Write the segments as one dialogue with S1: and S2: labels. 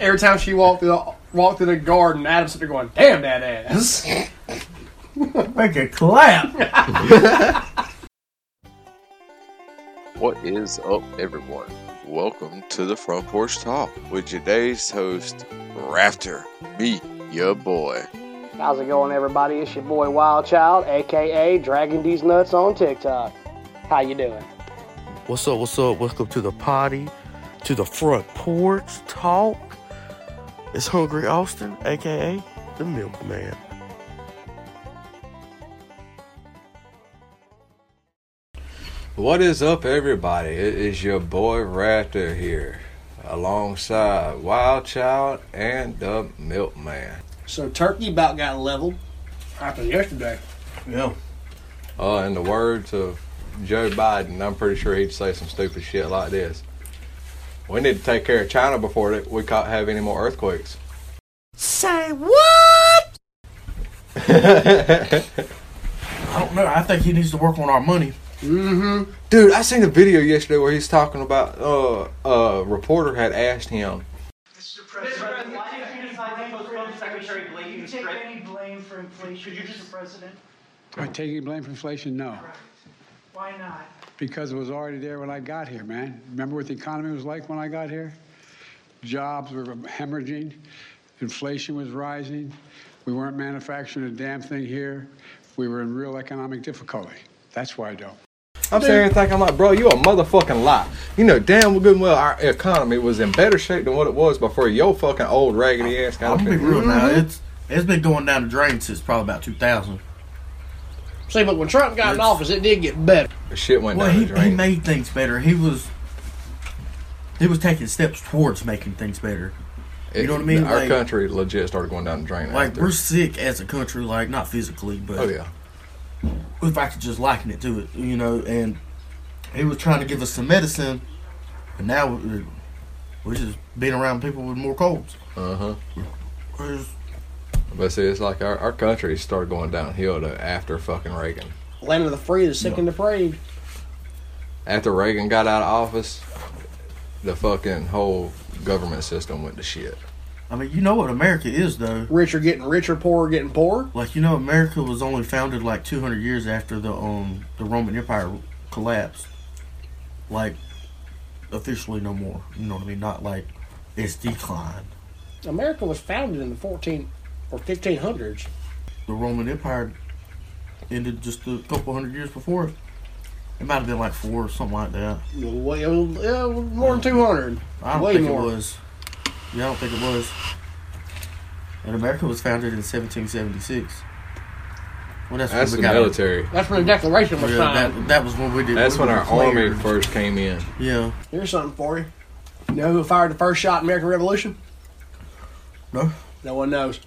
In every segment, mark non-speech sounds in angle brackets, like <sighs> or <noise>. S1: Every time she walked through the walked through the garden, Adam's sitting there going, "Damn that ass."
S2: <laughs> Make a clap.
S3: What is up, everyone? Welcome to the Front Porch Talk with today's host, Rafter, me, your boy.
S1: How's it going, everybody? It's your boy Wild Child, aka Dragging These Nuts on TikTok. How you doing?
S4: What's up? What's up? Welcome to the potty, to the front porch talk. It's Hungry Austin, aka the Milkman.
S5: What is up, everybody? It is your boy Raptor here, alongside Wild Child and the Milkman.
S1: So turkey about got leveled after yesterday.
S2: Yeah.
S5: Uh, in the words of Joe Biden, I'm pretty sure he'd say some stupid shit like this: "We need to take care of China before that we can't have any more earthquakes."
S4: Say what?
S2: I don't know. I think he needs to work on our money.
S1: Mm-hmm.
S5: Dude, I seen a video yesterday where he's talking about uh, a reporter had asked him,
S6: Mr. President, why did you decide to postpone Secretary Blakeney's trip? take any blame for inflation, Mr. President?
S7: I take any blame for inflation? No,
S6: Why not?
S7: because it was already there when I got here, man. Remember what the economy was like when I got here? Jobs were hemorrhaging, inflation was rising, we weren't manufacturing a damn thing here, we were in real economic difficulty. That's why I don't.
S5: I'm sitting here thinking, like, bro, you a motherfucking lie. You know damn good and well our economy was in better shape than what it was before your fucking old raggedy ass got
S2: I'm
S5: up
S2: gonna be
S5: here.
S2: real now.
S4: Mm-hmm.
S2: It's it's been going down the drain since probably about 2000.
S1: See, but when Trump got in
S2: It's-
S1: office, it did get better.
S5: The Shit went
S2: Well,
S5: down
S2: he,
S5: the
S2: he
S5: drain.
S2: made things better. He was he was taking steps towards making things better. you know what I mean?
S5: Our
S2: Like-
S5: country legit started going down the drain.
S2: Like
S5: after.
S2: we're sick as a country, like not physically, but
S5: oh yeah,
S2: if I could just liken it to it, you know. And he was trying to give us some medicine, and now we're, we're just being around people with more colds.
S5: uh huh.
S2: We're just-
S5: But see, it's like our, our country started going downhill though after fucking Reagan.
S1: Land of the free, the sick and depraved.
S5: After Reagan got out of office, the fucking whole government system went to shit.
S2: I mean, you know what America is, though.
S1: Rich are getting richer, poor are getting poorer.
S2: Like you know, America was only founded like 200 years after the um the Roman Empire collapsed. Like, officially, no more. You know what I mean? Not like it's declined.
S1: America was founded in the 14 or 1500s.
S2: The Roman Empire ended just a couple hundred years before it. It might have been like four or something like that.
S1: Well, uh, more than 200.
S2: I don't
S1: Way
S2: think
S1: more.
S2: it was. Yeah, I don't think it was. And America was founded in 1776. Well, that's,
S5: That's the military.
S1: That's when the Declaration was
S2: Yeah,
S1: signed.
S2: that, that was when we did.
S5: That's
S2: we
S5: when
S2: were
S5: our army
S2: declared.
S5: first came in.
S2: Yeah.
S1: Here's something for you. You know who fired the first shot in American Revolution?
S2: No.
S1: No one knows.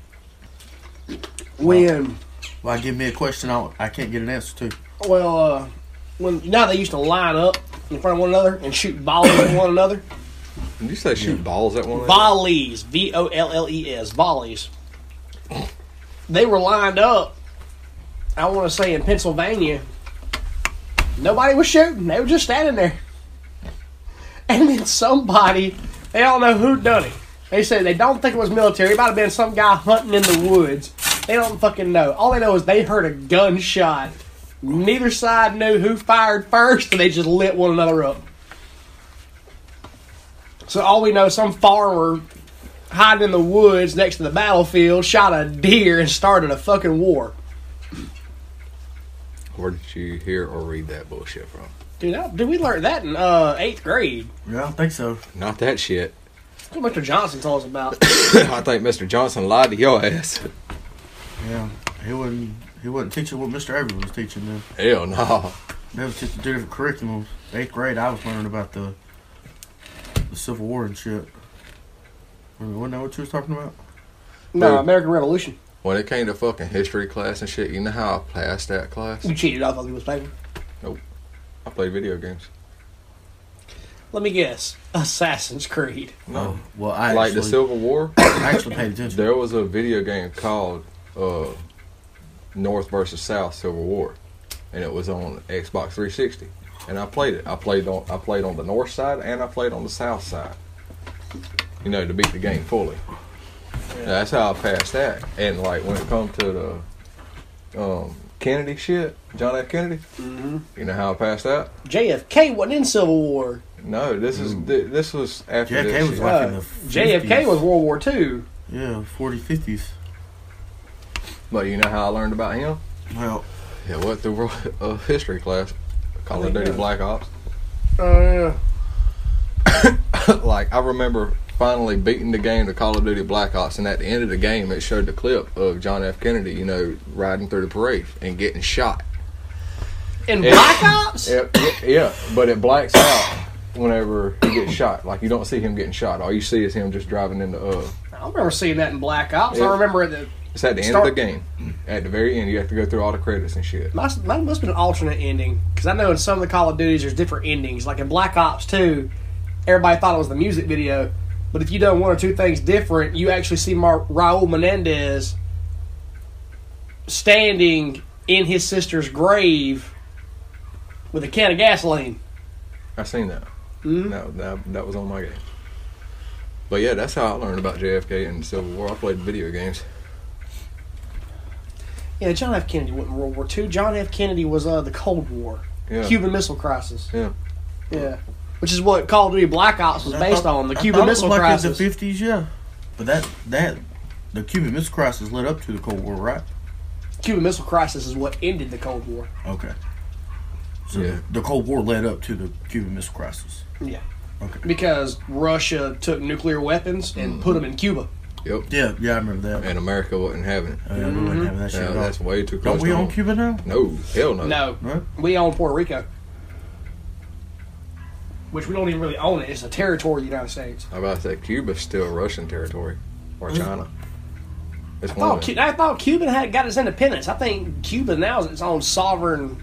S1: When,
S2: Well, give me a question, I I can't get an answer to.
S1: well, uh, when now they used to line up in front of one another and shoot volleys at one another.
S5: Did you say shoot balls at one? another?
S1: Volleys, V O L L E S, volleys. They were lined up. I want to say in Pennsylvania. Nobody was shooting; they were just standing there. And then somebody, they don't know who done it. They said they don't think it was military. It might have been some guy hunting in the woods. They don't fucking know. All they know is they heard a gunshot. Neither side knew who fired first, and they just lit one another up. So all we know, some farmer hiding in the woods next to the battlefield shot a deer and started a fucking war.
S5: Where did you hear or read that bullshit from?
S1: Dude, that, dude we learned that in uh, eighth grade.
S2: Yeah, I think so.
S5: Not that shit. <coughs>
S1: That's what Mr. Johnson told us about.
S5: I think Mr. Johnson lied to your ass. <coughs>
S2: Yeah, he wasn't he wasn't teaching what Mr. Avery was teaching then.
S5: Hell no.
S2: That was just two different curriculums. Eighth grade, I was learning about the the Civil War and shit. I mean, wasn't that what you was talking about?
S1: no,
S5: Dude.
S1: American Revolution.
S5: When it came to fucking history class and shit, you know how I passed that class?
S1: You cheated off of it was paper.
S5: I played video games.
S1: Let me guess. Assassin's Creed.
S5: No.
S2: Oh, Well, I
S5: Oh. like the
S2: actually,
S5: Civil War,
S2: I actually paid attention.
S5: there was a video game called uh, North versus South Civil War, and it was on Xbox 360. And I played it. I played on I played on the north side and I played on the south side. you know, to beat the game fully. That's how I passed that. And like when it comes to the um, Kennedy shit, John F. Kennedy, you know how I passed that?
S1: JFK wasn't in Civil War.
S5: No, this is thi- this was after
S2: JFK
S5: this.
S2: was
S5: shit.
S2: like-
S1: Uh,
S2: in the
S1: JFK
S2: 50s.
S1: was World War Two.
S2: Yeah, 40s, 50s.
S5: But you know how I learned about him?
S2: Well,
S5: Yeah, what the world uh, history class? Call of Duty Black Ops. Oh,
S1: Uh,
S5: <coughs> like I remember finally beating the game to Call of Duty Black Ops, and at the end of the game, it showed the clip of John F. Kennedy, you know, riding through the parade and getting shot.
S1: in
S5: Yeah.
S1: Black Ops.
S5: Yeah, yeah, yeah, but it blacks out whenever he gets shot. Like you don't see him getting shot. All you see is him just driving into. Uh,
S1: I don't remember seeing that in Black Ops.
S5: Yeah.
S1: I remember the
S5: it's at the end
S1: Start-
S5: of the game. At the very end, you have to go through all the credits and shit.
S1: must must have been an alternate ending because I know in some of the Call of Duties there's different endings. Like in Black Ops Two, everybody thought it was the music video, but if you done one or two things different, you actually see Mar- Raul Menendez standing in his sister's grave with a can of gasoline.
S5: I seen that.
S1: Mhm.
S5: No, that that was on my game. But yeah, that's how I learned about JFK and Civil War. I played video games.
S1: Yeah, John F. Kennedy wasn't World War Two. John F. Kennedy was uh, the Cold War,
S5: Yeah.
S1: Cuban Missile Crisis.
S5: Yeah.
S1: yeah, which is what Call of Duty Black Ops was
S2: I
S1: based
S2: thought-
S1: on the
S2: I
S1: Cuban
S2: thought it was
S1: Missile
S2: like in
S1: Crisis.
S2: the 50s, yeah. But that, that, the Cuban Missile Crisis led up to the Cold War, right?
S1: Cuban Missile Crisis is what ended the Cold War.
S2: Okay. So
S5: Yeah.
S2: the Cold War led up to the Cuban Missile Crisis.
S1: Yeah.
S2: Okay.
S1: Because Russia took nuclear weapons and put 'em put them in Cuba.
S5: Yep.
S2: Yeah, yeah, I remember that.
S5: And America wasn't having it.
S2: Uh, we wasn't
S1: Mm-hmm.
S2: having that shit
S5: Yeah,
S2: at all.
S5: that's way too close.
S2: Don't we
S5: to
S2: own
S5: home.
S2: Cuba now?
S5: No, hell no.
S1: No,
S2: Right?
S1: we own Puerto Rico, which we don't even really own it. It's a territory of the United States.
S5: I about to say Cuba's still Russian territory or China. It's
S1: I
S5: one
S1: thought,
S5: of
S1: Mm-hmm. Cu-
S5: them.
S1: I thought Cuba had got its independence. I think Cuba now is its own sovereign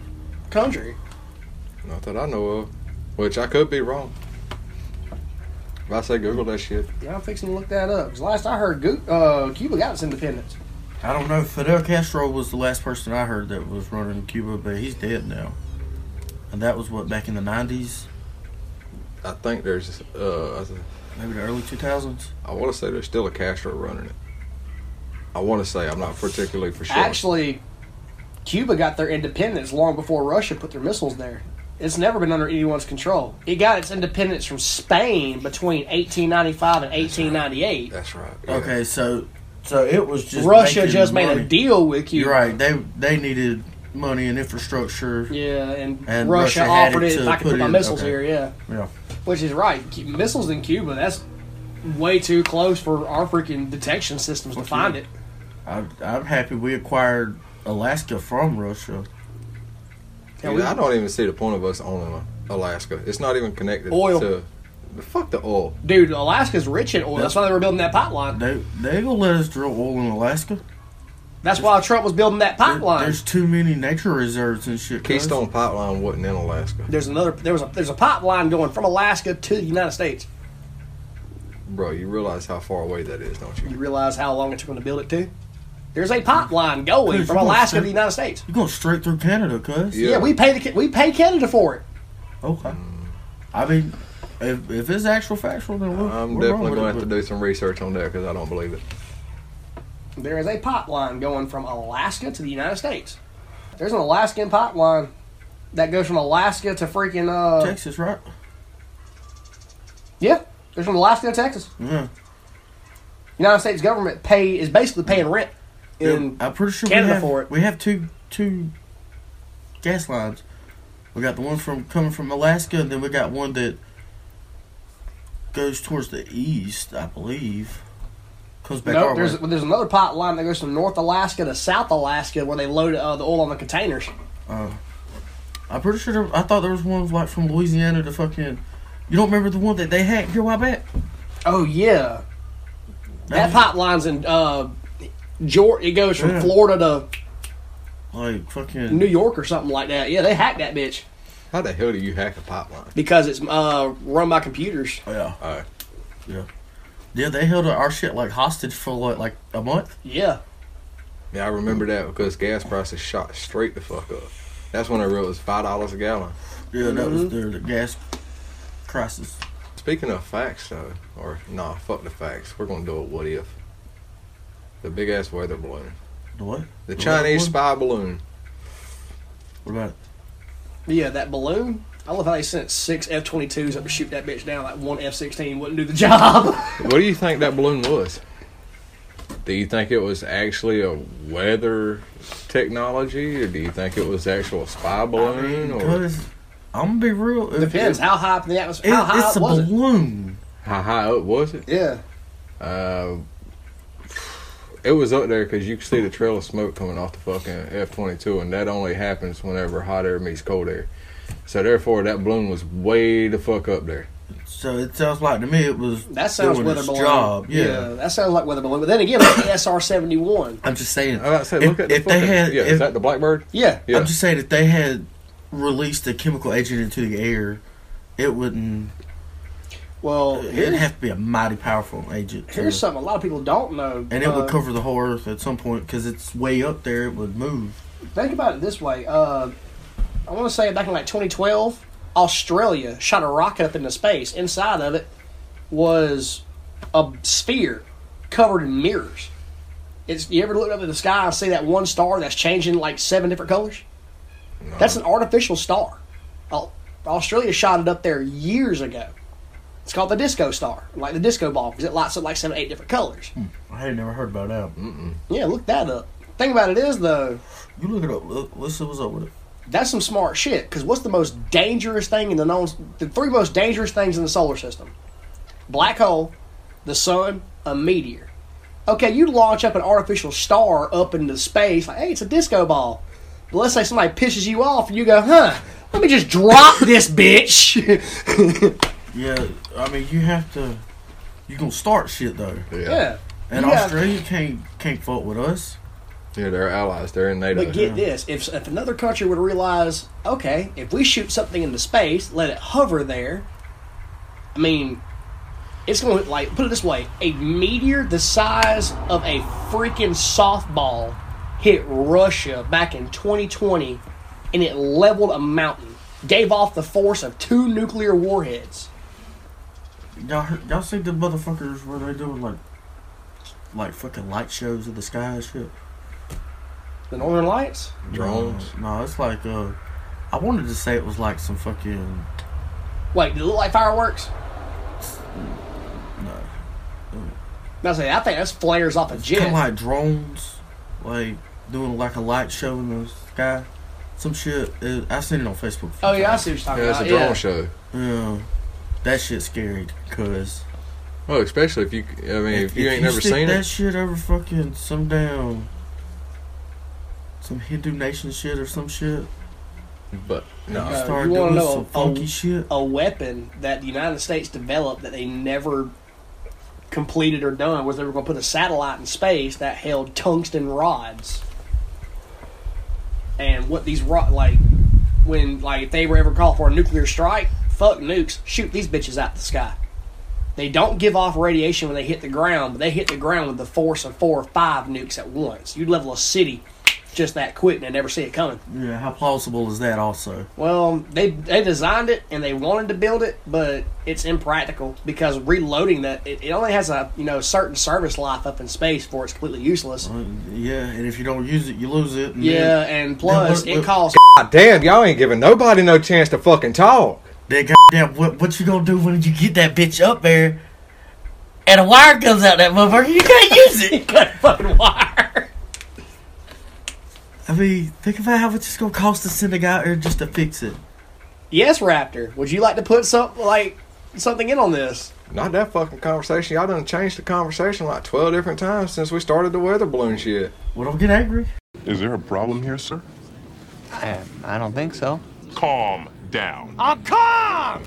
S1: country.
S5: Not that I know of, which I could be wrong. If I say Google that shit,
S1: Yeah, I'm fixing to look that up. 'Cause last I heard, Gu- uh, Cuba got its independence.
S2: I don't know. Fidel Castro was the last person I heard that was running Cuba, but he's dead now. And that was what back in the nineties,
S5: I think there's. Uh, I th-
S2: maybe the early two thousands.
S5: I want to say there's still a Castro running it. I want to say I'm not particularly for sure.
S1: Actually, Cuba got their independence long before Russia put their missiles there. It's never been under anyone's control. It got its independence from Spain between 1895 and 1898.
S5: that's right. yeah.
S2: Okay, so so it was just
S1: Russia
S2: making
S1: just made
S2: money.
S1: a deal with Cuba.
S2: You're right. They they needed money and infrastructure.
S1: Yeah, and,
S2: And
S1: Russia,
S2: Russia had
S1: offered
S2: it
S1: it.
S2: to
S1: if I can
S2: put
S1: put my
S2: in-
S1: missiles
S2: okay.
S1: here, yeah.
S2: Yeah.
S1: Which is right. Cu- Missiles in Cuba, that's way too close for our freaking detection systems to
S2: Fuck
S1: find
S2: yeah.
S1: it.
S2: I, I'm happy we acquired Alaska from Russia.
S1: Yeah,
S5: Dude,
S1: we-
S5: I don't even see the point of us owning Alaska. It's not even connected
S1: Oil.
S5: to. Fuck the oil.
S1: Dude, Alaska's rich in oil. That's why they were building that pipeline.
S2: They they gonna let us drill oil in Alaska.
S1: That's why Trump was building that
S2: There-
S1: pipeline.
S2: there's too many nature reserves and shit. cuz.
S5: Keystone Pipeline wasn't in Alaska,
S1: there's another there was a there's a pipeline going from Alaska to the United States.
S5: bro. You realize how far away that is, don't
S1: You
S5: you?
S1: realize how long it took them to build it to? There's a pipeline going
S2: Dude,
S1: from
S2: you wanna
S1: Alaska to
S2: say-
S1: the United States.
S2: You going straight through Canada, cuz.
S1: Yeah, we pay the we pay Canada for it.
S2: Okay. I mean, if, if it's actual factual, then we're,
S5: I'm
S2: we're
S5: definitely going to
S2: wrong
S5: have to
S2: with it,
S5: do some research on that because I don't believe it.
S1: There is a pipeline going from Alaska to the United States. There's an Alaskan pipeline that goes from Alaska to freaking
S2: but
S1: uh
S2: Texas, right?
S1: yeah. There's from Alaska to Texas.
S2: Yeah.
S1: United States government pay is basically paying rent in
S2: I'm pretty sure
S1: Canada
S2: we have,
S1: for it.
S2: We have two two gas lines. We got the one from coming from Alaska, and then we got one that goes towards the east, I believe. Comes back
S1: No,
S2: our
S1: there's
S2: way.
S1: there's another pipeline that goes from North Alaska to South Alaska where they load uh, the oil on the containers.
S2: Uh, I'm pretty sure. There, I thought there was one like from Louisiana to fucking. You don't remember the one that they hacked? Yo, I bet.
S1: Oh yeah, that
S2: Mhm.
S1: pipeline's in uh, Georgia. It goes from
S2: Yeah.
S1: Florida
S2: Like
S1: to
S2: fucking.
S1: New York or something like that. Yeah, they hacked that bitch
S5: How the hell do you hack a pipeline?
S1: because it's uh, run by computers.
S2: yeah.
S5: All right.
S2: Yeah, they held our shit like hostage for like, like a month.
S1: Yeah,
S5: Yeah, I remember that because gas prices shot straight the fuck up.
S1: Mm-hmm.
S5: That's when I realized five dollars a gallon.
S2: Yeah, that was their the gas crisis.
S5: Speaking of facts, though, or nah, fuck the facts. We're gonna do a what if. The big ass weather balloon,
S2: The what?
S5: the
S2: The
S5: Chinese
S2: what
S5: spy balloon.
S2: What about it?
S1: Yeah, that balloon. I love how they sent six F 22s up to shoot that bitch down. Like one F 16 wouldn't do the <laughs> job.
S5: What do you think that balloon was? Do you think it was actually a weather technology, or do you think it was actual spy balloon, or
S2: Because I'm gonna be real. if-
S1: Depends
S2: if-
S1: how high up in the atmosphere.
S2: it-
S1: How high up
S2: it's a
S1: was it?
S2: balloon.
S5: how high up was it?
S1: Yeah.
S5: Uh, it was up there because you could see the trail of smoke coming off the fucking F twenty two, and that only happens whenever hot air meets cold air. So therefore, that balloon was way the fuck up there.
S2: So it sounds like to me it was
S1: That sounds
S2: doing
S1: weather
S2: its
S1: balloon.
S2: job. Yeah.
S1: that sounds like weather balloon. But then again, like the SR seventy one.
S2: I'm just saying.
S5: I was about to say,
S2: if,
S5: look at the
S2: if they
S5: fucking-
S2: had,
S5: yeah,
S2: if-
S5: is that the Blackbird?
S1: Yeah,
S5: Yeah.
S2: I'm just saying if they had released a chemical agent into the air, it wouldn't.
S1: Well,
S2: It'd
S1: here's,
S2: have to be a mighty powerful agent. to-
S1: here's something a lot of people don't know.
S2: and it
S1: Uh,
S2: would cover the whole earth at some point because it's way up there. It would move.
S1: Think about it this way. Uh, I want to say back in like 2012, Australia shot a rocket up into space. Inside of it was a sphere covered in mirrors. It's you ever look up at the sky and see that one star that's changing like seven different colors? That's an artificial star. Au- Australia shot it up there years ago. It's called the disco star, like the disco ball, because it lights up like seven, eight different colors.
S2: I had never heard about that. Mm.
S1: Yeah, look that up. Thing about it is though,
S2: You look it up. Look, let's see what's up with it.
S1: That's some smart shit. Because what's the most dangerous thing in the known? The three most dangerous things in the solar system: black hole, the sun, a meteor. Okay, you launch up an artificial star up into space, like, hey, it's a disco ball. But let's say somebody pisses you off, and you go, huh? Let me just drop this bitch. <laughs>
S2: Yeah, I mean you have to. You gonna start shit though,
S1: yeah.
S2: and
S1: Yeah.
S2: Australia can't can't fuck with us.
S5: Yeah, they're allies. They're in NATO.
S1: But get this: if, if another country would realize, okay, if we shoot something into space, let it hover there. I mean, it's going to like put it this way: a meteor the size of a freaking softball hit Russia back in 2020, and it leveled a mountain, gave off the force of two nuclear warheads.
S2: Y'all heard, y'all see the motherfuckers where they doing like like fucking light shows in the sky and shit.
S1: The Northern Lights.
S5: drones.
S2: No, no, it's like uh, I wanted to say it was like some fucking
S1: Wait, did it look like fireworks?
S2: no,
S1: No, I say I think that's flares off a
S2: kind
S1: jet.
S2: of like drones, like doing like a light show in the sky. Some shit. Uh, I seen it on Facebook.
S1: oh yeah, I see what you're talking
S5: Yeah, it's a
S1: about.
S5: drone
S1: yeah.
S5: show.
S2: yeah. That shit's scary because
S5: Well, especially if you, I mean, if, you ain't never
S2: stick
S5: seen
S2: that
S5: it,
S2: shit over fucking some damn some Hindu nation shit or some shit.
S5: but no,
S2: You
S1: Uh,
S2: start
S1: you wanna
S2: doing
S1: know
S2: some
S1: a-
S2: funky shit.
S1: a weapon that the United States developed that they never completed or done was they were going to put a satellite in space that held tungsten rods. And what these rod like when like if they were ever called for a nuclear strike, fuck nukes, shoot these bitches out the sky. They don't give off radiation when they hit the ground, but they hit the ground with the force of four or five nukes at once. You'd level a city just that quick and they never see it coming.
S2: Yeah, how plausible is that? Also,
S1: Well, they they designed it and they wanted to build it, but it's impractical because reloading that it, it only has a you know certain service life up in space before it's completely useless.
S2: Uh, yeah, and if you don't use it, you lose it. and
S1: Yeah,
S2: then-
S1: and plus
S2: Then what-
S1: it costs. <laughs>
S5: God damn, y'all ain't giving nobody no chance to fucking talk.
S2: Then goddamn, what what you gonna do when you get that bitch up there? And a wire comes out that motherfucker. You can't use it.
S1: Cut fucking wire.
S2: I mean, think about how much it's gonna cost to send a guy out there just to fix it.
S1: Yes, Raptor. Would you like to put some like something in on this?
S5: Not that fucking conversation. Y'all done changed the conversation like twelve different times since we started the weather balloon shit.
S2: Well, don't get angry.
S8: Is there a problem here, sir?
S9: I don't think so.
S8: Calm down.
S5: I,
S2: I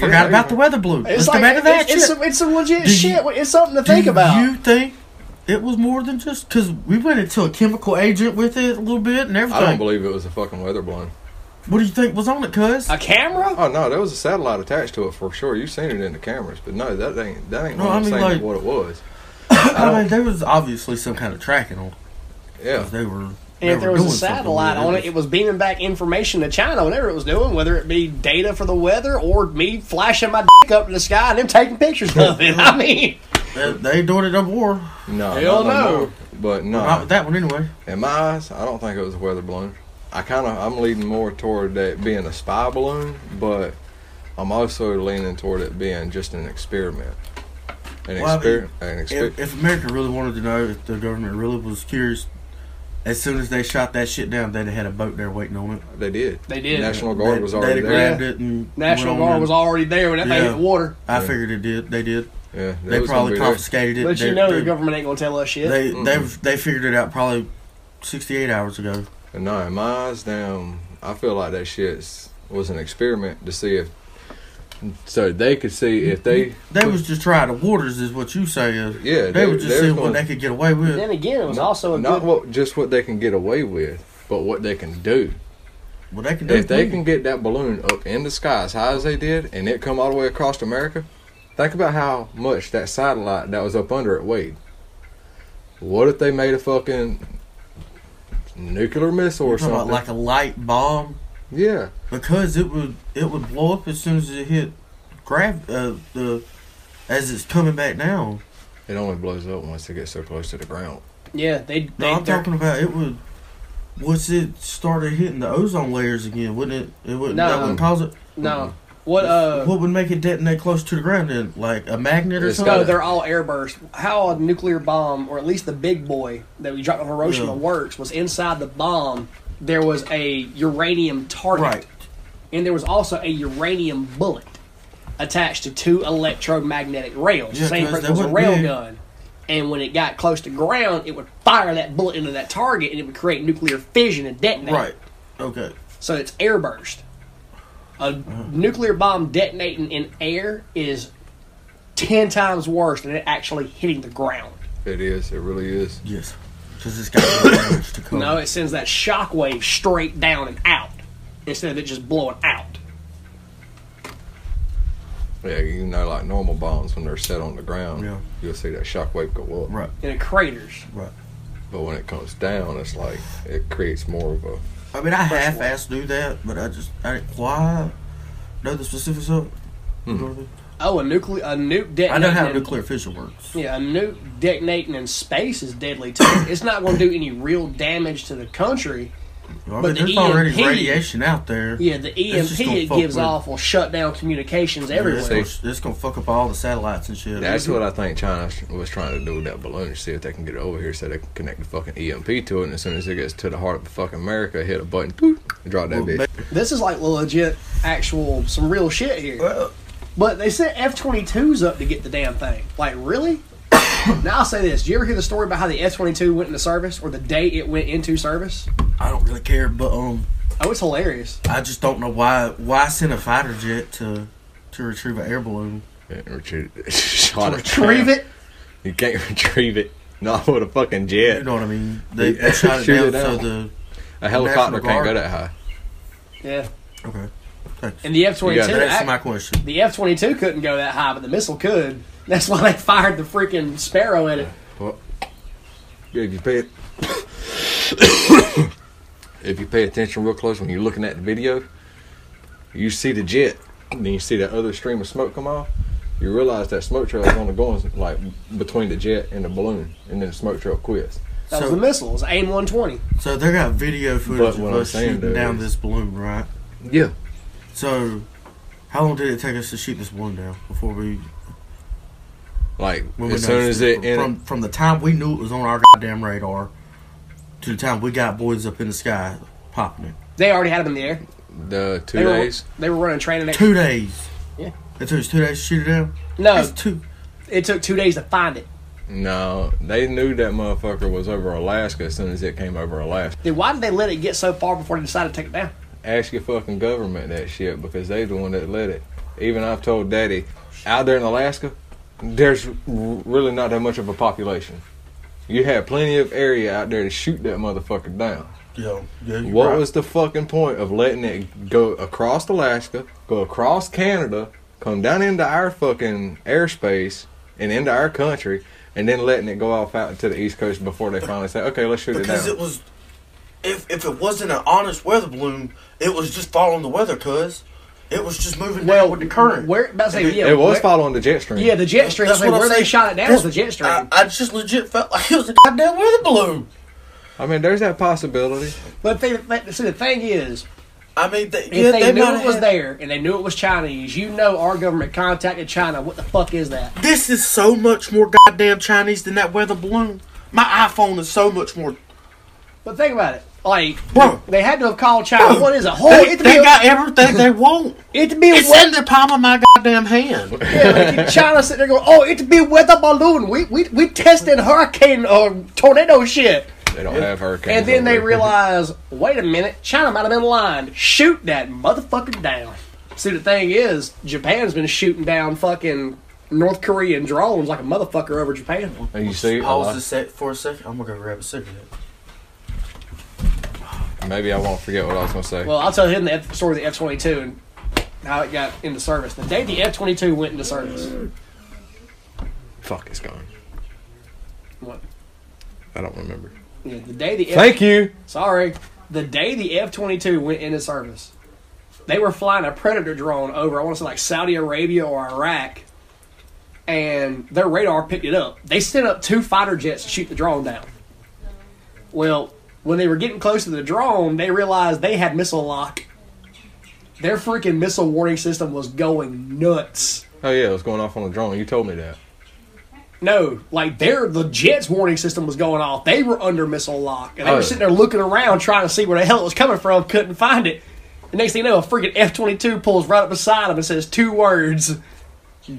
S2: forgot
S5: getting
S2: about the
S5: angry.
S2: weather balloon.
S1: It's
S2: Let's go back to that
S1: it's,
S2: shit.
S1: it's some, it's some legit
S2: Do you-
S1: shit. It's something to think
S2: Do
S1: about.
S2: You think it was more than just because we went into a chemical agent with it a little bit and everything?
S5: I don't believe it was a fucking weather balloon.
S2: What do you think was on it, cuz?
S1: a camera?
S5: Oh no, there was a satellite attached to it for sure. You seen it in the cameras, but no, that ain't that ain't
S2: No,
S5: what
S2: I
S5: I'm
S2: mean,
S5: saying
S2: like-
S5: what it was.
S2: I mean, there was obviously some kind of tracking on.
S5: Yeah,
S2: 'cause They were
S1: And if
S2: They
S1: there
S2: were
S1: was a
S2: doing something
S1: satellite
S2: with it.
S1: on it, it was beaming back information to China, whatever it was doing, whether it be data for the weather or me flashing my dick up in the sky and them taking pictures of it. <laughs> I mean,
S2: They, they doing it up war.
S5: No,
S1: Hell
S5: not
S1: no.
S5: more. But no,
S2: Not with that one anyway.
S5: in my eyes, I don't think it was a weather balloon. I kind of I'm leaning more toward that being a spy balloon, but I'm also leaning toward it being just an experiment. An
S2: Well, I
S5: experiment. An exper-
S2: If, if America really wanted to know, if the government really was curious, as soon as they shot that shit down, they'd have had a boat there waiting on it.
S5: they did.
S1: They did.
S5: National Guard
S2: They'd-
S5: was already
S2: they'd
S5: there.
S2: have grabbed it and
S1: National
S2: went on
S1: Guard was
S2: and-
S1: already there when that thing hit
S2: Yeah.
S1: the water.
S2: I figured it did. They did.
S5: Yeah,
S2: They
S5: was gonna
S2: probably
S5: be there.
S2: confiscated it.
S1: But
S2: They-
S1: you know
S2: they,
S1: the government ain't gonna tell us shit.
S2: They they've they figured it out probably sixty eight hours ago.
S5: And no, in my eyes, damn, I feel like that shit was an experiment to see if, so they could see if they.
S2: They was just trying the waters, is what you say. Is.
S5: Yeah,
S2: they,
S5: they-
S2: were just
S5: they
S2: seeing
S5: was
S2: what
S5: gonna-
S2: they could get away with.
S1: then again, it was also a
S5: not
S1: good.
S5: what just what they can get away with, but what they can do.
S2: Well, they can do.
S5: If they
S2: it.
S5: can get that balloon up in the sky as high as they did, and it come all the way across America, think about how much that satellite that was up under it weighed. What if they made a fucking nuclear missile
S2: You're
S5: or
S2: talking
S5: something?
S2: about like a light bomb
S5: yeah,
S2: because it would it would blow up as soon as it hit grav uh, the as it's coming back down.
S5: it only blows up once it gets so close to the ground.
S1: yeah, they. they
S2: No, I'm
S1: they're-
S2: talking about it would. Once it started hitting the ozone layers again, wouldn't it? It wouldn't. That
S1: No.
S2: wouldn't cause it.
S1: no. What? Uh,
S2: what would make it detonate close to the ground? Then, like a magnet or
S5: It's
S2: something.
S1: No,
S5: gotta-
S1: they're all airburst. How a nuclear bomb, or at least the big boy that we dropped on Hiroshima,
S2: Yeah.
S1: works was inside the bomb. There was a uranium target,
S2: Right.
S1: and there was also a uranium bullet attached to two electromagnetic rails.
S2: Yeah,
S1: Same
S2: 'cause they
S1: principle as a rail
S2: wouldn't be-
S1: gun. And when it got close to ground, it would fire that bullet into that target, and it would create nuclear fission and detonate.
S2: Right. Okay.
S1: So it's airburst. A nuclear bomb detonating in air is ten times worse than it actually hitting the ground.
S5: It is. It really is.
S2: Yes. Because it's got damage to come.
S1: No, it sends that shockwave straight down and out instead of it just blowing out.
S5: Yeah, you know, like normal bombs when they're set on the ground,
S2: Yeah.
S5: you'll see that shockwave go up.
S2: Right.
S1: And it craters.
S2: Right.
S5: But when it comes down, it's like it creates more of a.
S2: I mean, I half-assed do that, but I just I didn't why know the specifics of. it. You know what I mean?
S1: Oh, a nuclear a nuke detonating.
S2: I know how
S1: in-
S2: nuclear fission works.
S1: Yeah, a nuke detonating in space is deadly too. <coughs> it's not going to do any real damage to the country.
S2: I mean,
S1: But the
S2: there's already
S1: EMP
S2: radiation out there.
S1: Yeah, the
S2: It's just
S1: EMP
S2: gonna
S1: it
S2: fuck
S1: gives
S2: with-
S1: off will shut down communications everywhere.
S2: It's, gonna, it's gonna fuck up all the satellites and shit.
S5: That's what I think China was trying to do with that balloon. See if they can get it over here so they can connect the fucking EMP to it. And as soon as it gets to the heart of fucking America, hit a button, doot, and drop that
S2: Well,
S5: bitch.
S1: This is like legit, actual, some real shit here.
S2: Well,
S1: But they sent F 22s up to get the damn thing. Like, really? <coughs> now, I'll say this. Do you ever hear the story about how the F 22 went into service or the day it went into service?
S2: I don't really care, but um,
S1: Oh, it's hilarious.
S2: I just don't know why why send a fighter jet to to retrieve an air balloon.
S5: And retrieve <laughs> it. Shot it.
S1: Retrieve it.
S5: <laughs> You can't <laughs> retrieve it. Not with a fucking jet.
S2: You know what I mean? They,
S5: Yeah.
S2: they shot it
S5: <laughs> Shoot
S2: down,
S5: it
S2: so
S5: down.
S2: the
S5: a helicopter
S2: National
S5: can't go
S2: Guard.
S5: that high.
S1: Yeah.
S2: okay. Thanks.
S1: And the F
S5: You gotta
S1: 22.
S2: That's my question.
S1: The F 22 couldn't go that high, but the missile could. That's why they <laughs> fired the freaking Sparrow at it.
S5: If you pay it. <coughs> if you pay attention real close when you're looking at the video, you see the jet, and then you see that other stream of smoke come off. You realize that smoke trail is only going like between the jet and the balloon, and then the smoke trail quits.
S1: That was
S2: So-
S1: the missile. It was AIM 120.
S2: So they got video
S5: But
S2: footage of
S5: what I'm
S2: us
S5: saying,
S2: shooting
S5: though,
S2: down
S5: is-
S2: this balloon, right?
S5: Yeah,
S2: So, how long did it take us to shoot this balloon down before we?
S5: like
S2: When
S5: as
S2: we
S5: soon
S2: noticed
S5: as it,
S2: from,
S5: and
S2: from from the time we knew it was on our goddamn radar to the time we got boys up in the sky popping it.
S1: They already had them in the air.
S5: the two
S1: They were,
S5: days.
S1: They were running training.
S2: Two days.
S1: Yeah.
S2: It took us two days to shoot it down.
S1: No,
S2: That's two.
S1: it took two days to find it.
S5: No, they knew that motherfucker was over Alaska as soon as it came over Alaska.
S1: Then why did they let it get so far before they decided to take it down?
S5: ask your fucking government that shit because they the one that let it. Even I've told Daddy, out there in Alaska, there's r- really not that much of a population. You had plenty of area out there to shoot that motherfucker down.
S2: Yeah. yeah you're
S5: What
S2: right.
S5: was the fucking point of letting it go across Alaska, go across Canada, come down into our fucking airspace and into our country, and then letting it go off out to the East Coast before they finally say, okay, let's shoot it
S2: Because
S5: down.
S2: it was. if if it wasn't an honest weather balloon, it was just following the weather, cuz. It was just moving down with the current.
S1: Where about to say, yeah,
S5: It was
S1: where-
S5: following the jet stream.
S1: Yeah, the jet stream. I was like,
S2: I'm
S1: where they
S2: saying.
S1: shot it down was
S2: That's-
S1: the jet stream.
S2: I, I just legit felt like it was a goddamn weather balloon.
S5: I mean, there's that possibility.
S1: but they, but see, the thing is,
S2: I mean, they,
S1: if
S2: yeah,
S1: they,
S2: they
S1: knew
S2: might
S1: it was
S2: have-
S1: there and they knew it was Chinese, you know, our government contacted China. What the fuck is that?
S2: This is so much more goddamn Chinese than that weather balloon. My iPhone is so much more.
S1: But think about it. Like
S2: Bro.
S1: they had to have called China.
S2: Bro.
S1: What is a whole?
S2: They,
S1: It to be
S2: they
S1: a,
S2: got everything they <laughs> want.
S1: it to be a
S2: It's
S1: wet-
S2: in the palm of my goddamn hand.
S1: Yeah, like China sitting there going, "Oh, it be weather balloon. We we we testing hurricane or tornado shit."
S5: They don't have hurricanes.
S1: And then
S5: over
S1: they
S5: there.
S1: realize, wait a minute, China might have been lying. Shoot that motherfucker down. See, the thing is, Japan's been shooting down fucking North Korean drones like a motherfucker over Japan.
S5: And you see, a
S2: Pause
S5: lot-
S2: this sec- for a second. I'm gonna go grab a cigarette.
S5: maybe I won't forget what I was gonna say.
S1: Well, I'll tell him the F- story of the F 22 and how it got into service. The day the F 22 went into service.
S5: Fuck, it's gone.
S1: What?
S5: I don't remember.
S1: Yeah, the day the F-
S5: Thank you.
S1: Sorry. The day the F 22 went into service, they were flying a Predator drone over, I want to say like Saudi Arabia or Iraq, and their radar picked it up. They sent up two fighter jets to shoot the drone down. Well, when they were getting close to the drone, they realized they had missile lock. Their freaking missile warning system was going nuts.
S5: Oh yeah, it was going off on the drone. You told me that.
S1: No, like their the jets warning system was going off. They were under missile lock, and they
S5: Oh.
S1: were sitting there looking around trying to see where the hell it was coming from. Couldn't find it. The next thing you know, a freaking F twenty two pulls right up beside them and says two words: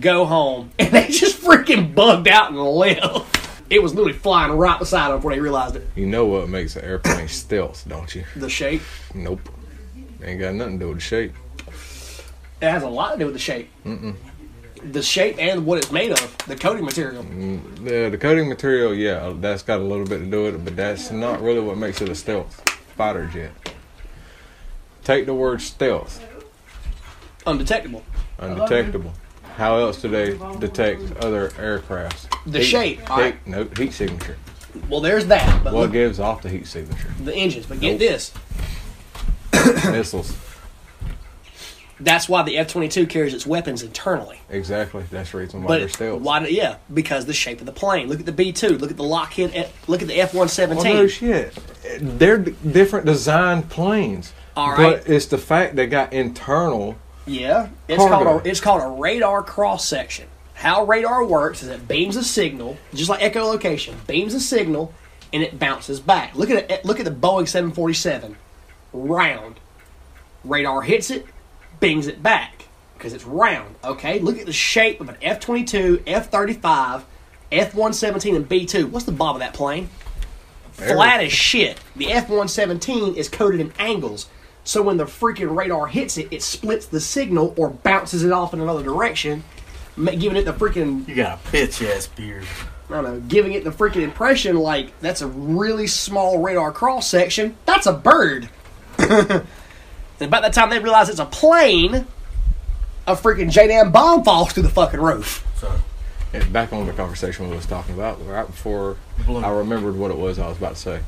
S1: "Go home." <laughs> And they just freaking bugged out and left. It was literally flying right beside them before they realized it.
S5: You know what makes
S1: <coughs>
S5: an airplane stealth, don't you?
S1: The shape.
S5: Nope. Ain't got nothing to do with shape.
S1: It has a lot to do with the shape. The shape and what it's made of, the coating material.
S5: The, the coating material, yeah, that's got a little bit to do with it, but that's not really what makes it a stealth fighter jet. Take the word stealth,
S1: Undetectable.
S5: undetectable. How else do they detect other aircrafts?
S1: The shape. All right.
S5: no heat signature.
S1: Well, there's that. But
S5: What
S1: look,
S5: gives off the
S1: <laughs>
S5: heat signature?
S1: the engines. But get
S5: Nope.
S1: this.
S5: Missiles.
S1: That's why the F twenty two carries its weapons internally.
S5: Exactly. That's the reason why
S1: But
S5: they're stealth.
S1: why? do- Yeah, because the shape of the plane. Look at the B two. Look at the Lockheed. F- Look at the F one
S5: Well, no
S1: seventeen.
S5: shit. They're d- different designed planes.
S1: All right.
S5: But it's the fact they got internal.
S1: Yeah, it's
S5: Cargo.
S1: called a it's called a radar cross section. How radar works is it beams a signal, just like echolocation, beams a signal, and it bounces back. Look at it, look at the Boeing seven forty seven, round. Radar hits it, bings it back because it's round. Okay, look at the shape of an F twenty two, F thirty five, F one seventeen, and B two. What's the bob of that plane? flat as shit. The F 117 is coated in angles, so when the freaking radar hits it, it splits the signal or bounces it off in another direction, ma- giving it the freaking,
S2: You got a bitch ass beard.
S1: I don't know, giving it the freaking impression like that's a really small radar cross section. That's a bird. <laughs> and about that time they realize it's a plane, a freaking J damn bomb falls through the fucking roof.
S2: So
S5: And back on the conversation we was talking about right before
S2: Balloon.
S5: I remembered what it was I was about to say.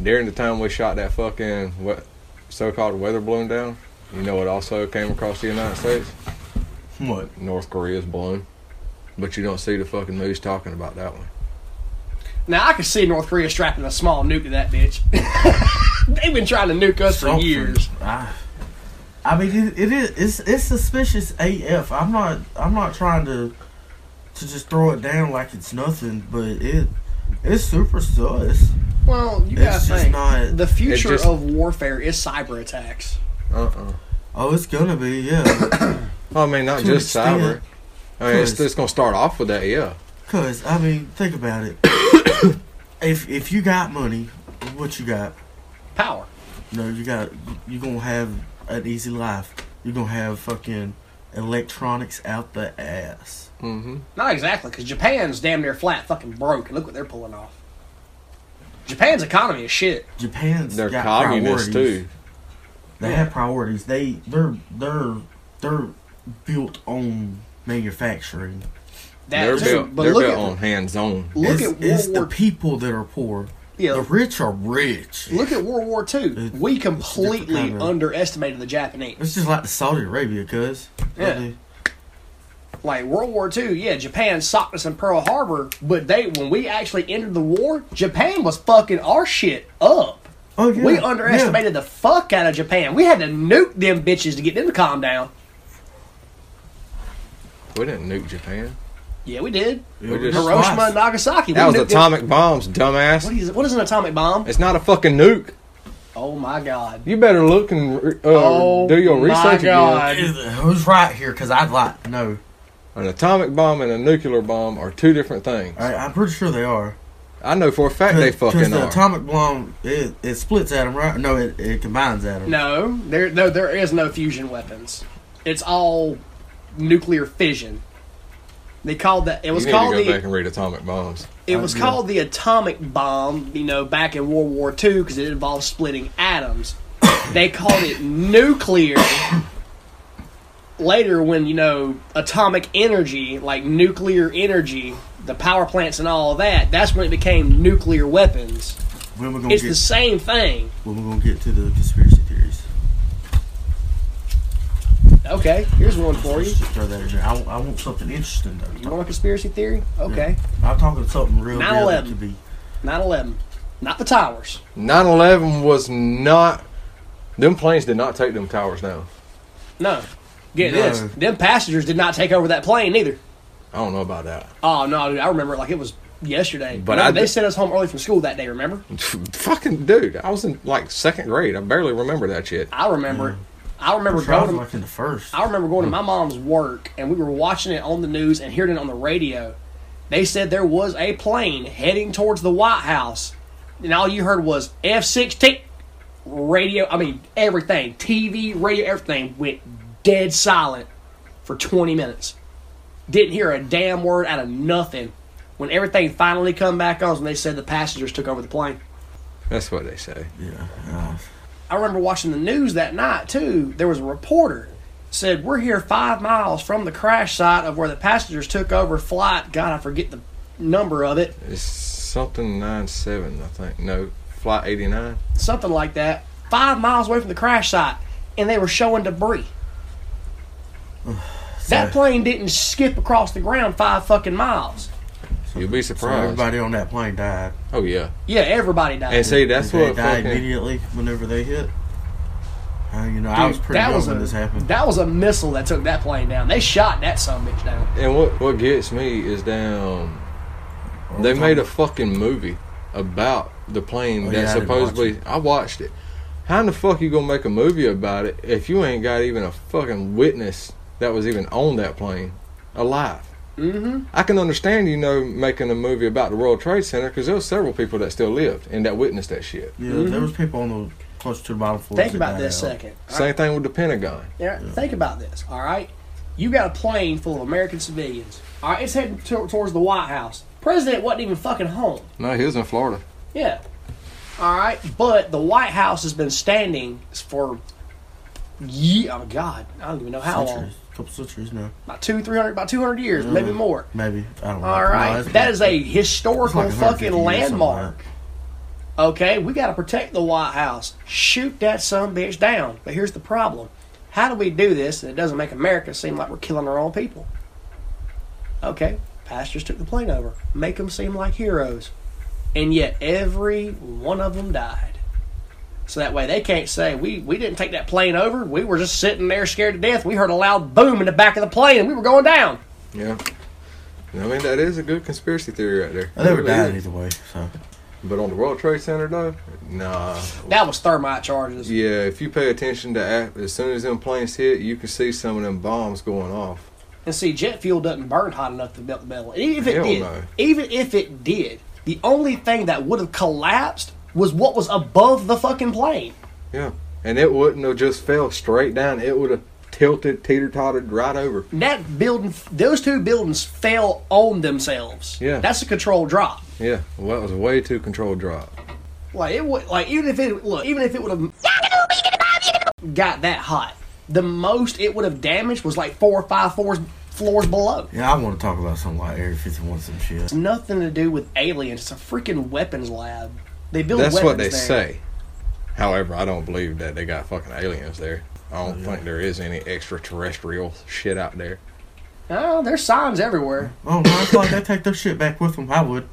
S5: During the time we shot that fucking what so-called weather balloon down, you know what also came across the United States?
S2: what?
S5: North Korea's balloon. But you don't see the fucking news talking about that one.
S1: Now I can see North Korea strapping a small nuke to that bitch. <laughs> They've been trying to nuke us for
S2: Something.
S1: years.
S2: I, I mean, it, it is it's, it's suspicious AF. I'm not I'm not trying to to just throw it down like it's nothing, but it it's super sus.
S1: Well, you gotta
S2: It's just
S1: think.
S2: not-
S1: the future
S5: It just-
S1: of warfare is cyber attacks.
S5: Uh-uh.
S2: Oh, it's gonna be yeah.
S5: Well, I mean, not
S2: To
S5: just
S2: an extent.
S5: cyber. I mean, it's,
S2: Cause-
S5: it's gonna start off with that, yeah.
S2: Cause I mean, think about
S5: <coughs>
S2: it. if if you got money, what you got?
S1: Power.
S2: No, you got you gonna have an easy life. You're gonna have fucking electronics out the ass.
S5: Mm-hmm.
S1: Not exactly, because Japan's damn near flat fucking broke, and look what they're pulling off. Japan's economy is shit.
S2: Japan's
S5: They're
S2: got
S5: communists
S2: priorities.
S5: too.
S2: They have priorities. They they're they're they're built on manufacturing.
S1: That
S5: they're
S1: too.
S5: built,
S1: but
S5: they're
S1: look at
S5: built on hands on.
S1: look
S2: it's,
S1: at World
S2: it's
S1: War.
S2: the people that are poor.
S1: Yeah.
S2: The rich are rich.
S1: Look at World War II. We completely
S2: kind of-
S1: underestimated the Japanese.
S2: It's just like the Saudi Arabia, cuz.
S1: Yeah. Like World War II, yeah, Japan socked us in Pearl Harbor, but they when we actually entered the war, Japan was fucking our shit up.
S2: Oh, yeah.
S1: We underestimated the fuck out of Japan. We had to nuke them bitches to get them to calm down.
S5: We didn't nuke Japan.
S1: Yeah, we did.
S2: Yeah.
S5: We just-
S1: Hiroshima
S2: Twice.
S1: and Nagasaki.
S5: That
S1: we
S5: was
S1: nuked them-
S5: atomic bombs,
S1: What
S5: dumbass.
S1: is, what is an atomic bomb?
S5: It's not a fucking nuke.
S1: Oh my god.
S5: You better look and re- uh,
S1: Oh
S5: do your
S1: my
S5: research
S1: God.
S5: again.
S2: Is it- Who's right here? Cause I'd like to know.
S5: An atomic bomb and a nuclear bomb are two different things.
S2: I, I'm pretty sure they are.
S5: I know for a fact they fucking
S2: the
S5: are.
S2: atomic bomb, it, it splits at them, right? No, it, it combines at them.
S1: No, there no there is no fusion weapons. It's all nuclear fission. They called that it
S5: you
S1: was
S5: need
S1: called
S5: to go
S1: the
S5: back and read atomic bombs.
S1: it was called the atomic bomb, you know, back in World War II because it involved splitting atoms. they called it nuclear later when, you know, atomic energy, like nuclear energy, the power plants and all that, that's when it became nuclear weapons.
S2: When we gonna
S1: It's
S2: get
S1: the same thing.
S2: when we gonna get to the conspiracy theories?
S1: Okay, here's one for you.
S2: Let's just Throw that in there. I, want- I want something interesting though.
S1: You want a conspiracy theory? Okay.
S2: I'm talking something real. real that
S1: 9/11.
S2: could be.
S1: 9 11. Not the towers.
S5: 9/11 was not. Them planes did not take them towers down.
S1: No. Get
S2: No.
S1: this. Them passengers did not take over that plane either.
S5: I don't know about that.
S1: Oh, no, dude. I remember it like it was yesterday.
S5: But
S1: But
S5: I
S1: they
S5: did-
S1: sent us home early from school that day, remember?
S5: fucking dude, I was in like second grade. I barely remember that shit.
S1: I remember it. I remember
S2: Sure, I was
S1: going to,
S2: like in the first.
S1: I remember going to my mom's work and we were watching it on the news and hearing it on the radio. They said there was a plane heading towards the White House and all you heard was F sixteen radio I mean everything. TV, radio, everything went dead silent for twenty minutes. Didn't hear a damn word out of nothing. When everything finally come back on, is when they said the passengers took over the plane.
S5: That's what they say.
S2: Yeah. Uh,
S1: I remember watching the news that night too. There was a reporter said we're here five miles from the crash site of where the passengers took over flight. God, I forget the number of it,
S5: It's something nine seven, I think. No, flight eighty nine.
S1: something like that. Five miles away from the crash site, and they were showing
S2: <sighs>
S1: debris. that plane didn't skip across the ground five fucking miles.
S5: You'll be
S2: so
S5: surprised.
S2: everybody on that plane died.
S5: oh yeah.
S1: Yeah, everybody died.
S5: And see, that's
S2: Did they
S5: what
S2: died
S5: fucking.
S2: immediately whenever they hit. Uh, you know, I was pretty young when this happened.
S1: That was a missile that took that plane down. They shot that son of a bitch down.
S5: And what what gets me is down. They made a fucking movie about the plane
S2: Oh,
S5: that
S2: yeah, I didn't watch
S5: supposedly
S2: it.
S5: I watched it. How in the fuck you gonna make a movie about it if you ain't got even a fucking witness that was even on that plane alive?
S1: Mm-hmm.
S5: I can understand you know making a movie about the World Trade Center because there was several people that still lived and that witnessed that shit.
S2: Yeah, there was people on the close to the bottom floor.
S1: Mm-hmm. Think about this second.
S5: Same thing with the Pentagon.
S1: Yeah, think about this. All right, you got a plane full of American civilians. All right, it's heading to- towards the White House. President wasn't even fucking home.
S5: No, he was in Florida.
S1: Yeah. All right, but the White House has been standing for ye oh god, I don't even know how long.
S2: Centuries, couple centuries now,
S1: About two, three hundred, about two hundred years, maybe more.
S2: maybe. I don't know.
S1: All right, that is a historical fucking landmark.
S2: landmark.
S1: Okay, we got to protect the White House. Shoot that son bitch down. But here's the problem: how do we do this? And it doesn't make America seem like we're killing our own people. Okay, pastors took the plane over. Make them seem like heroes, and yet every one of them died. So that way they can't say we we didn't take that plane over. We were just sitting there scared to death. We heard a loud boom in the back of the plane, and we were going down.
S5: Yeah. I mean that is a good conspiracy theory right there.
S2: I never
S5: It
S2: died
S5: is.
S2: either way, so
S5: But on the World Trade Center though, nah.
S1: That was thermite charges.
S5: Yeah, if you pay attention to af- as soon as them planes hit, you can see some of them bombs going off.
S1: And see, jet fuel doesn't burn hot enough to melt the metal. And even if it
S5: Hell
S1: did,
S5: no.
S1: even if it did, the only thing that would have collapsed was what was above the fucking plane.
S5: Yeah, and it wouldn't have just fell straight down. It would have tilted, teeter tottered right over.
S1: That building, those two buildings fell on themselves.
S5: Yeah.
S1: that's a controlled drop.
S5: Yeah, well, that was way too controlled drop.
S1: Like it would, like even if it look, even if it would have got that hot, the most it would have damaged was like four or five floors floors below.
S2: yeah, I want to talk about something like Area 51, some shit.
S1: It's nothing to do with aliens. It's a freaking weapons lab. They build
S5: That's what they
S1: weapons there.
S5: say. However, I don't believe that they got fucking aliens there. I don't think there is any extraterrestrial shit out there. <laughs>
S1: Oh, there's signs everywhere.
S2: Oh, no, I thought they take their shit back with them. I would.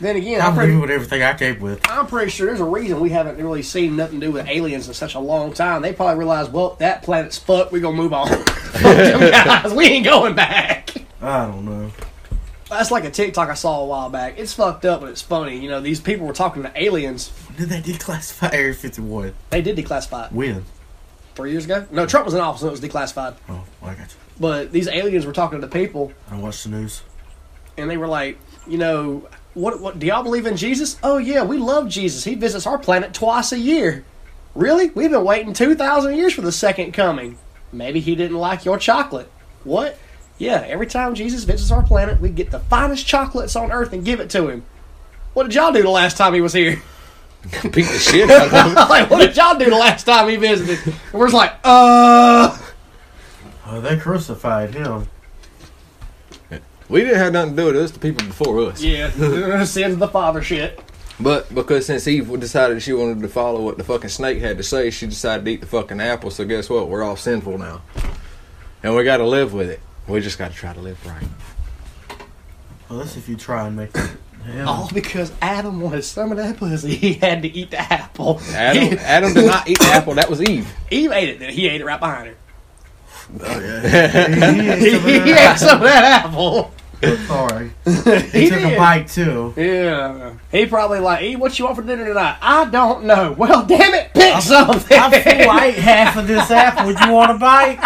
S1: Then again,
S2: I'm
S1: I'm pretty,
S2: leaving with everything I came with.
S1: I'm pretty sure there's a reason we haven't really seen nothing to do with aliens in such a long time. They probably realized, well, that planet's fucked. We're going to move on. <laughs> Fuck them guys. We ain't going back.
S2: I don't know.
S1: That's like a TikTok I saw a while back. It's fucked up, but it's funny. You know, these people were talking to aliens.
S2: Did they declassify Area 51?
S1: They did declassify it
S2: When?
S1: three years ago. No, Trump was in office when it was declassified.
S2: Oh, I got you.
S1: But these aliens were talking to people,
S2: I watched the news.
S1: and they were like, you know, what, what do y'all believe in Jesus? Oh yeah, we love Jesus. He visits our planet twice a year. Really? We've been waiting two thousand years for the second coming. Maybe he didn't like your chocolate. What? Yeah, every time Jesus visits our planet, we get the finest chocolates on earth and give it to him. What did y'all do the last time he was here? <laughs>
S5: Beat the shit out of them.
S1: like, what did y'all do the last time he visited? And we're just like, uh.
S2: Oh, they crucified him.
S5: We didn't have nothing to do with it. It was the people before us.
S1: Yeah, <laughs> sins of the father shit.
S5: But because since Eve decided she wanted to follow what the fucking snake had to say, she decided to eat the fucking apple. So guess what? We're all sinful now, and we got to live with it. We just got to try to live right.
S2: Well, that's if you try and make it. Hell.
S1: All because Adam wanted some of that pussy. <laughs> He had to eat the apple.
S2: <laughs>
S5: Adam, Adam did not eat the apple. That was Eve.
S1: Eve ate it, then he ate it right behind <laughs> her.
S2: Oh, yeah. <laughs> he, he ate
S1: He,
S2: some
S1: <laughs> ate some
S2: of that
S1: of that apple.
S2: apple. Sorry. He,
S1: He
S2: took
S1: did.
S2: a
S1: <laughs>
S2: bite, too.
S1: Yeah. He probably like, E, what you want for dinner tonight? I don't know. <laughs> Well, damn it, pick something.
S2: I'm full. I ate half of this apple. Would you want a bite?
S1: <laughs>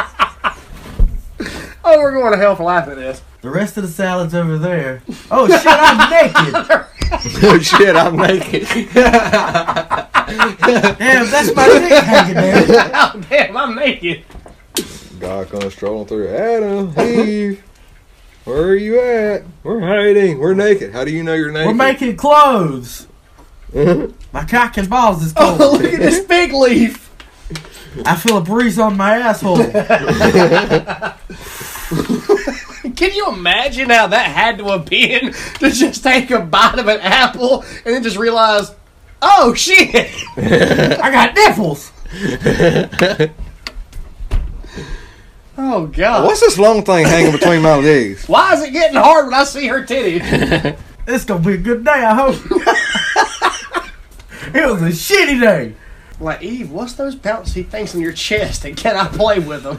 S1: oh, we're going to hell for life at this. <laughs>
S2: The rest of the salad's over there. Oh, shit, I'm
S1: <laughs>
S2: naked.
S5: oh shit! I'm naked. <laughs>
S2: Damn, that's my dick hanging there.
S1: Oh, damn, I'm
S2: <laughs>
S1: naked.
S5: God comes strolling through. Adam, Eve, where are you at? We're hiding. We're naked. How do you know you're
S1: <laughs>
S5: naked?
S2: We're making clothes. My cock and balls is cold.
S1: Oh, look at this fig leaf.
S2: I feel a breeze on my asshole.
S1: Can you imagine how that had to have been <laughs> to just take a bite of an apple and then just realize, oh shit,
S2: I got <laughs> nipples.
S1: oh god,
S5: What's this long thing hanging between
S2: <laughs>
S5: my legs?
S1: why is it getting hard when I see her titty?
S2: It's gonna be a good day, I hope. <laughs> it was a shitty day.
S1: <laughs> like Eve, what's those bouncy things on your chest and can I play with them?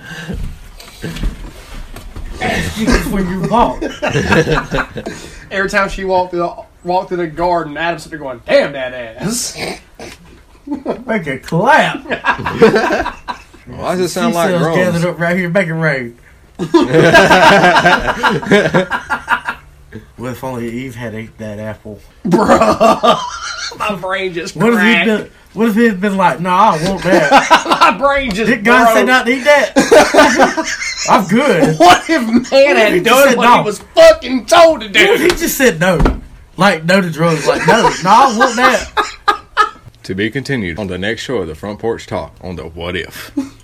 S2: You get when you walk.
S1: Every time she walked through the walked through the garden, Adam's sitting there going, damn that ass. <laughs>
S2: Make it clap.
S5: Why does it sound like
S2: T-cells gathered
S5: groans?
S2: up right here, make
S1: <laughs>
S2: it rain. what if only Eve had ate that apple?
S1: <laughs> My brain just
S2: What if he'd
S1: cracked.
S2: been? What if he'd been like, "No, nah, I want that."
S1: My brain just
S2: Did <laughs> God say
S1: broke.
S2: not to eat that?
S1: <laughs>
S2: I'm good.
S1: What if man
S2: He
S1: had
S2: just
S1: done
S2: said
S1: what
S2: no.
S1: he was fucking told to
S2: <laughs> What if
S1: do?
S2: he just said no? Like no to drugs. Like no, no, I want that.
S5: To be continued on the next show of the Front Porch Talk on the What If.